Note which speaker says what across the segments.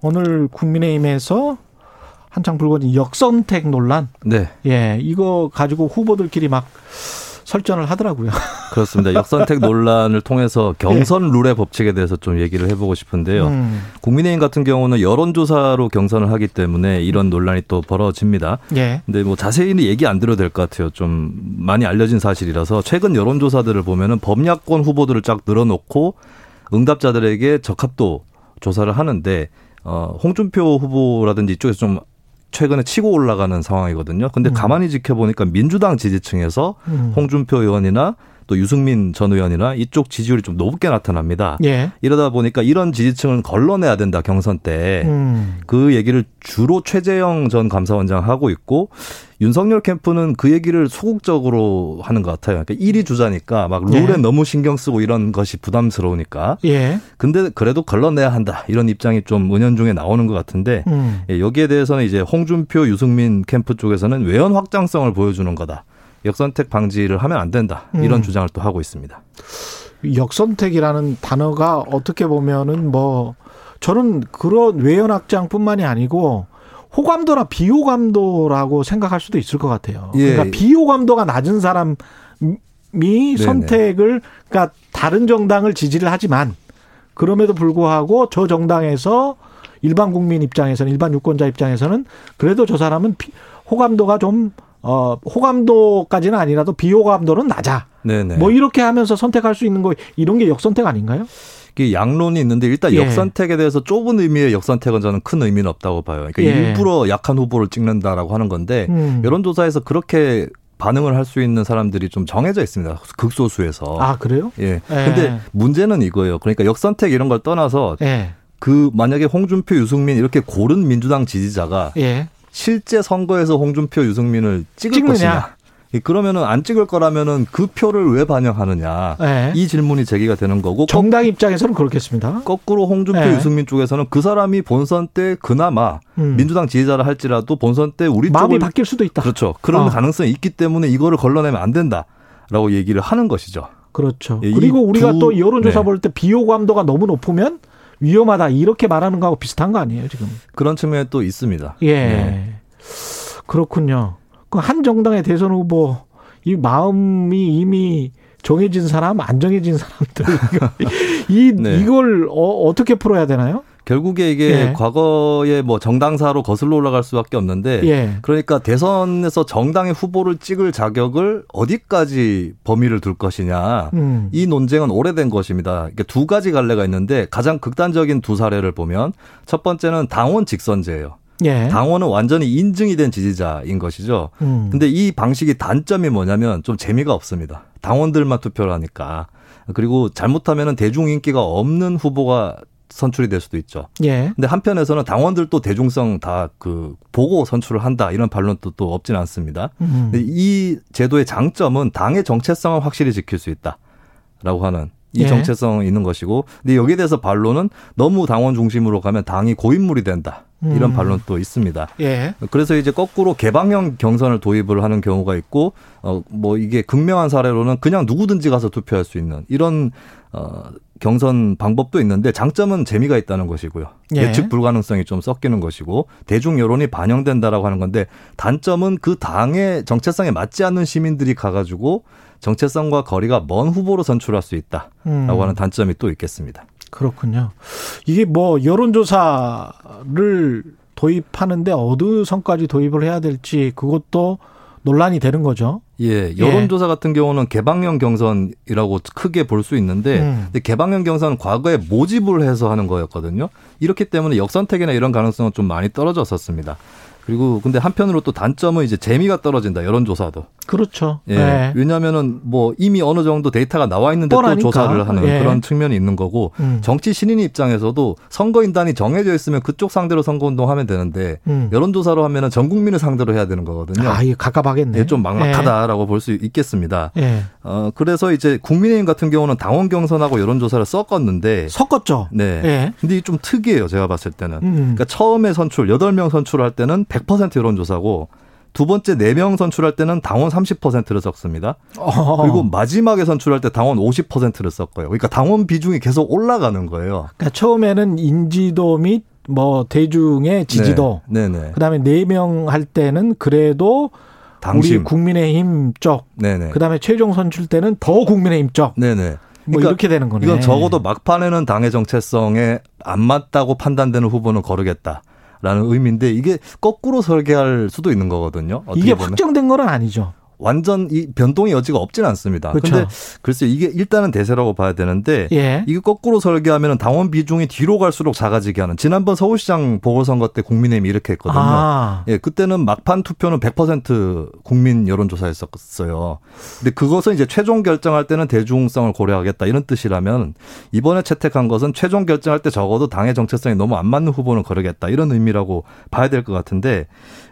Speaker 1: 오늘 국민의힘에서 한창 불거진 역선택 논란.
Speaker 2: 네,
Speaker 1: 예, 이거 가지고 후보들끼리 막 설전을 하더라고요.
Speaker 2: 그렇습니다. 역선택 논란을 통해서 경선 룰의 법칙에 대해서 좀 얘기를 해보고 싶은데요.
Speaker 1: 예. 음,
Speaker 2: 국민의힘 같은 경우는 여론조사로 경선을 하기 때문에 이런 논란이 또 벌어집니다.
Speaker 1: 예,
Speaker 2: 근데 뭐 자세히는 얘기 안 드려도 될 것 같아요. 좀 많이 알려진 사실이라서 최근 여론조사들을 보면은 범야권 후보들을 쫙 늘어놓고 응답자들에게 적합도 조사를 하는데 어 홍준표 후보라든지 이쪽에서 좀 최근에 치고 올라가는 상황이거든요. 근데 가만히 지켜보니까 민주당 지지층에서
Speaker 1: 음.
Speaker 2: 홍준표 의원이나 또 유승민 전 의원이나 이쪽 지지율이 좀 높게 나타납니다.
Speaker 1: 예.
Speaker 2: 이러다 보니까 이런 지지층을 걸러내야 된다 경선 때.
Speaker 1: 음,
Speaker 2: 그 얘기를 주로 최재형 전 감사원장 하고 있고 윤석열 캠프는 그 얘기를 소극적으로 하는 것 같아요. 그러니까 일이 주자니까 막 룰에
Speaker 1: 네.
Speaker 2: 너무 신경 쓰고 이런 것이 부담스러우니까.
Speaker 1: 예,
Speaker 2: 근데 그래도 걸러내야 한다 이런 입장이 좀 은연중에 나오는 것 같은데
Speaker 1: 음,
Speaker 2: 예, 여기에 대해서는 이제 홍준표 유승민 캠프 쪽에서는 외연 확장성을 보여주는 거다. 역선택 방지를 하면 안 된다 이런
Speaker 1: 음.
Speaker 2: 주장을 또 하고 있습니다.
Speaker 1: 역선택이라는 단어가 어떻게 보면은 뭐 저는 그런 외연 확장뿐만이 아니고 호감도나 비호감도라고 생각할 수도 있을 것 같아요.
Speaker 2: 예.
Speaker 1: 그러니까 비호감도가 낮은 사람이 선택을 그러니까 다른 정당을 지지를 하지만 그럼에도 불구하고 저 정당에서 일반 국민 입장에서는 일반 유권자 입장에서는 그래도 저 사람은 비- 호감도가 좀 어, 호감도까지는 아니라도 비호감도는 낮아.
Speaker 2: 네네.
Speaker 1: 뭐 이렇게 하면서 선택할 수 있는 거 이런 게 역선택 아닌가요?
Speaker 2: 이게 양론이 있는데 일단
Speaker 1: 예.
Speaker 2: 역선택에 대해서 좁은 의미의 역선택은 저는 큰 의미는 없다고 봐요. 그러니까
Speaker 1: 예.
Speaker 2: 일부러 약한 후보를 찍는다라고 하는 건데
Speaker 1: 음.
Speaker 2: 여론조사에서 그렇게 반응을 할 수 있는 사람들이 좀 정해져 있습니다. 극소수에서.
Speaker 1: 아 그래요?
Speaker 2: 예. 근데 문제는 이거예요. 그러니까 역선택 이런 걸 떠나서
Speaker 1: 예,
Speaker 2: 그 만약에 홍준표, 유승민 이렇게 고른 민주당 지지자가
Speaker 1: 예,
Speaker 2: 실제 선거에서 홍준표, 유승민을 찍을
Speaker 1: 찍느냐.
Speaker 2: 것이냐. 예, 그러면은 안 찍을 거라면은 그 표를 왜 반영하느냐.
Speaker 1: 예.
Speaker 2: 이 질문이 제기가 되는 거고
Speaker 1: 정당 입장에서는 그렇겠습니다.
Speaker 2: 거꾸로 홍준표
Speaker 1: 예.
Speaker 2: 유승민 쪽에서는 그 사람이 본선 때 그나마
Speaker 1: 음.
Speaker 2: 민주당 지지자라 할지라도 본선 때 우리
Speaker 1: 마음이
Speaker 2: 쪽을
Speaker 1: 바뀔 수도 있다.
Speaker 2: 그렇죠 그런
Speaker 1: 어.
Speaker 2: 가능성이 있기 때문에 이거를 걸러내면 안 된다라고 얘기를 하는 것이죠.
Speaker 1: 그렇죠.
Speaker 2: 예, 이
Speaker 1: 그리고 우리가
Speaker 2: 두-
Speaker 1: 또 여론조사
Speaker 2: 네.
Speaker 1: 볼 때 비호감도가 너무 높으면 위험하다 이렇게 말하는 거하고 비슷한 거 아니에요 지금?
Speaker 2: 그런 측면이 또 있습니다.
Speaker 1: 예,
Speaker 2: 네.
Speaker 1: 그렇군요. 그 한 정당의 대선 후보 이 마음이 이미 정해진 사람, 안 정해진 사람들 이
Speaker 2: 네.
Speaker 1: 이걸 어, 어떻게 풀어야 되나요?
Speaker 2: 결국에 이게
Speaker 1: 예.
Speaker 2: 과거에 뭐 정당사로 거슬러 올라갈 수밖에 없는데
Speaker 1: 예.
Speaker 2: 그러니까 대선에서 정당의 후보를 찍을 자격을 어디까지 범위를 둘 것이냐
Speaker 1: 음.
Speaker 2: 이 논쟁은 오래된 것입니다. 이게 두 가지 갈래가 있는데 가장 극단적인 두 사례를 보면 첫 번째는 당원 직선제예요.
Speaker 1: 예.
Speaker 2: 당원은 완전히 인증이 된 지지자인 것이죠.
Speaker 1: 음.
Speaker 2: 근데 이 방식이 단점이 뭐냐면 좀 재미가 없습니다. 당원들만 투표를 하니까. 그리고 잘못하면은 대중 인기가 없는 후보가 선출이 될 수도 있죠.
Speaker 1: 예.
Speaker 2: 근데 한편에서는 당원들도 대중성 다 그 보고 선출을 한다 이런 반론도 또 없진 않습니다.
Speaker 1: 음.
Speaker 2: 근데 이 제도의 장점은 당의 정체성을 확실히 지킬 수 있다라고 하는 이
Speaker 1: 예.
Speaker 2: 정체성이 있는 것이고 근데 여기에 대해서 반론은 너무 당원 중심으로 가면 당이 고인물이 된다 이런
Speaker 1: 음.
Speaker 2: 반론도 있습니다.
Speaker 1: 예.
Speaker 2: 그래서 이제 거꾸로 개방형 경선을 도입을 하는 경우가 있고 어 뭐 이게 극명한 사례로는 그냥 누구든지 가서 투표할 수 있는 이런 어 경선 방법도 있는데 장점은 재미가 있다는 것이고요.
Speaker 1: 예.
Speaker 2: 예. 측 불가능성이 좀 섞이는 것이고 대중 여론이 반영된다라고 하는 건데 단점은 그 당의 정체성에 맞지 않는 시민들이 가 가지고 정체성과 거리가 먼 후보로 선출할 수 있다라고
Speaker 1: 음.
Speaker 2: 하는 단점이 또 있겠습니다.
Speaker 1: 그렇군요. 이게 뭐 여론조사를 도입하는데 어느 선까지 도입을 해야 될지 그것도 논란이 되는 거죠.
Speaker 2: 예, 여론조사 같은 경우는 개방형 경선이라고 크게 볼 수 있는데,
Speaker 1: 음.
Speaker 2: 근데 개방형 경선은 과거에 모집을 해서 하는 거였거든요. 이렇기 때문에 역선택이나 이런 가능성은 좀 많이 떨어졌었습니다. 그리고 근데 한편으로 또 단점은 이제 재미가 떨어진다 여론조사도.
Speaker 1: 그렇죠.
Speaker 2: 예.
Speaker 1: 네.
Speaker 2: 왜냐하면은 뭐 이미 어느 정도 데이터가 나와 있는데
Speaker 1: 뻔하니까.
Speaker 2: 또 조사를 하는
Speaker 1: 예.
Speaker 2: 그런 측면이 있는 거고
Speaker 1: 음.
Speaker 2: 정치 신인 입장에서도 선거인단이 정해져 있으면 그쪽 상대로 선거운동 하면 되는데
Speaker 1: 음.
Speaker 2: 여론조사로 하면은 전 국민을 상대로 해야 되는 거거든요.
Speaker 1: 아, 이거 가깝하겠네. 네.
Speaker 2: 예, 좀 막막하다라고 볼 수 있겠습니다.
Speaker 1: 예. 예.
Speaker 2: 어, 그래서 이제 국민의힘 같은 경우는 당원 경선하고 여론조사를 섞었는데
Speaker 1: 섞었죠.
Speaker 2: 네.
Speaker 1: 예.
Speaker 2: 근데 이 좀 특이해요. 제가 봤을 때는.
Speaker 1: 음.
Speaker 2: 그러니까 처음에 선출 8명 선출할 때는 100% 여론조사고 두 번째 4명 선출할 때는 당원 30%를 섞습니다.
Speaker 1: 어.
Speaker 2: 그리고 마지막에 선출할 때 당원 50%를 섞어요. 그러니까 당원 비중이 계속 올라가는 거예요.
Speaker 1: 그러니까 처음에는 인지도 및 뭐 대중의 지지도
Speaker 2: 네, 네.
Speaker 1: 그다음에 네 명 할 때는 그래도 우리
Speaker 2: 당심.
Speaker 1: 국민의힘 쪽
Speaker 2: 네, 네.
Speaker 1: 그다음에 최종 선출 때는 더 국민의힘 쪽뭐
Speaker 2: 네, 네.
Speaker 1: 이렇게 되는 거네.
Speaker 2: 이건 적어도 막판에는 당의 정체성에 안 맞다고 판단되는 후보는 거르겠다라는 의미인데 이게 거꾸로 설계할 수도 있는 거거든요. 어떻게
Speaker 1: 이게
Speaker 2: 보면.
Speaker 1: 확정된 건 아니죠.
Speaker 2: 완전 이 변동의 여지가 없진 않습니다.
Speaker 1: 그쵸.
Speaker 2: 근데 글쎄 이게 일단은 대세라고 봐야 되는데
Speaker 1: 예.
Speaker 2: 이게 거꾸로 설계하면 당원 비중이 뒤로 갈수록 작아지게 하는 지난번 서울시장 보궐선거 때 국민의힘이 이렇게 했거든요.
Speaker 1: 아.
Speaker 2: 예, 그때는 막판 투표는 100% 국민 여론조사였었어요. 근데 그것은 이제 최종 결정할 때는 대중성을 고려하겠다 이런 뜻이라면 이번에 채택한 것은 최종 결정할 때 적어도 당의 정체성이 너무 안 맞는 후보는 거르겠다 이런 의미라고 봐야 될 것 같은데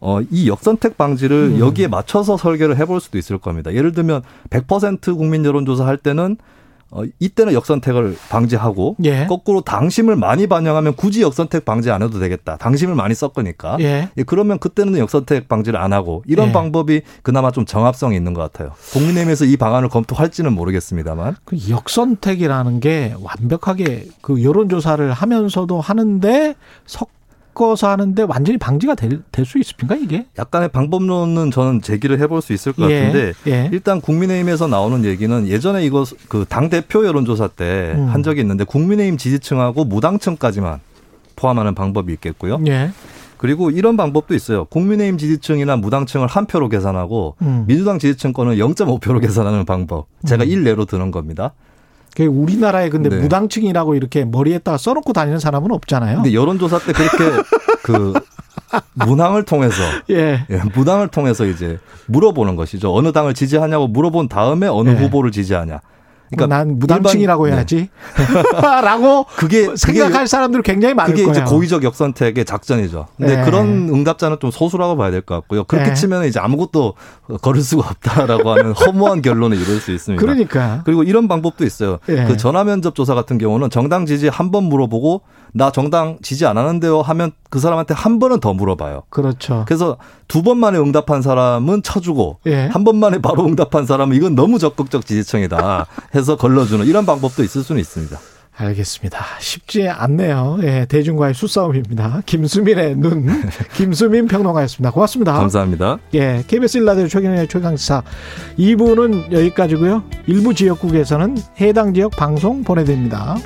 Speaker 2: 어, 이 역선택 방지를 여기에 맞춰서 설계를 해볼 수도 있을 겁니다. 예를 들면 100% 국민 여론조사 할 때는 어, 이때는 역선택을 방지하고
Speaker 1: 예.
Speaker 2: 거꾸로 당심을 많이 반영하면 굳이 역선택 방지 안 해도 되겠다. 당심을 많이 섞으니까.
Speaker 1: 예.
Speaker 2: 예, 그러면 그때는 역선택 방지를 안 하고 이런
Speaker 1: 예.
Speaker 2: 방법이 그나마 좀 정합성이 있는 것 같아요. 국민의힘에서 이 방안을 검토할지는 모르겠습니다만.
Speaker 1: 그 역선택이라는 게 완벽하게 그 여론조사를 하면서도 하는데 섞어서 하는데 완전히 방지가 될 수 있습니까 이게?
Speaker 2: 약간의 방법론은 저는 제기를 해볼 수 있을 것
Speaker 1: 예.
Speaker 2: 같은데
Speaker 1: 예.
Speaker 2: 일단 국민의힘에서 나오는 얘기는 예전에 이거 그 당 대표 여론조사 때
Speaker 1: 음.
Speaker 2: 한 적이 있는데 국민의힘 지지층하고 무당층까지만 포함하는 방법이 있겠고요.
Speaker 1: 예.
Speaker 2: 그리고 이런 방법도 있어요. 국민의힘 지지층이나 무당층을 한 표로 계산하고
Speaker 1: 음.
Speaker 2: 민주당 지지층 거는 0.5표로 계산하는 방법. 제가 일 1내로 드는 겁니다.
Speaker 1: 그 우리나라에 근데
Speaker 2: 네.
Speaker 1: 무당층이라고 이렇게 머리에다가 써놓고 다니는 사람은 없잖아요.
Speaker 2: 근데 여론조사 때 그렇게 그 문항을 통해서
Speaker 1: 예.
Speaker 2: 예, 무당을 통해서 이제 물어보는 것이죠. 어느 당을 지지하냐고 물어본 다음에 어느
Speaker 1: 예.
Speaker 2: 후보를 지지하냐.
Speaker 1: 난 무당층이라고
Speaker 2: 그러니까 일반- 네.
Speaker 1: 해야지. 라고
Speaker 2: 그게
Speaker 1: 생각할
Speaker 2: 그게,
Speaker 1: 사람들 굉장히 많을
Speaker 2: 그게
Speaker 1: 거예요.
Speaker 2: 이제 고의적 역선택의 작전이죠. 근데
Speaker 1: 예.
Speaker 2: 그런 응답자는 좀 소수라고 봐야 될 것 같고요. 그렇게
Speaker 1: 예.
Speaker 2: 치면 이제 아무것도 걸을 수가 없다라고 하는 허무한 결론을 이룰 수 있습니다.
Speaker 1: 그러니까.
Speaker 2: 그리고 이런 방법도 있어요.
Speaker 1: 예.
Speaker 2: 그 전화 면접 조사 같은 경우는 정당 지지 한 번 물어보고 나 정당 지지 안 하는데요 하면 그 사람한테 한 번은 더 물어봐요.
Speaker 1: 그렇죠.
Speaker 2: 그래서 두 번만에 응답한 사람은 쳐주고
Speaker 1: 예.
Speaker 2: 한 번만에 바로 응답한 사람은 이건 너무 적극적 지지층이다 해서 걸러주는 이런 방법도 있을 수는 있습니다.
Speaker 1: 알겠습니다. 쉽지 않네요. 예, 대중과의 수싸움입니다. 김수민의 눈. 김수민 평론가였습니다. 고맙습니다.
Speaker 2: 감사합니다.
Speaker 1: 예, KBS 일라디오 최경영의 최강사 2부는 여기까지고요. 일부 지역국에서는 해당 지역 방송 보내드립니다.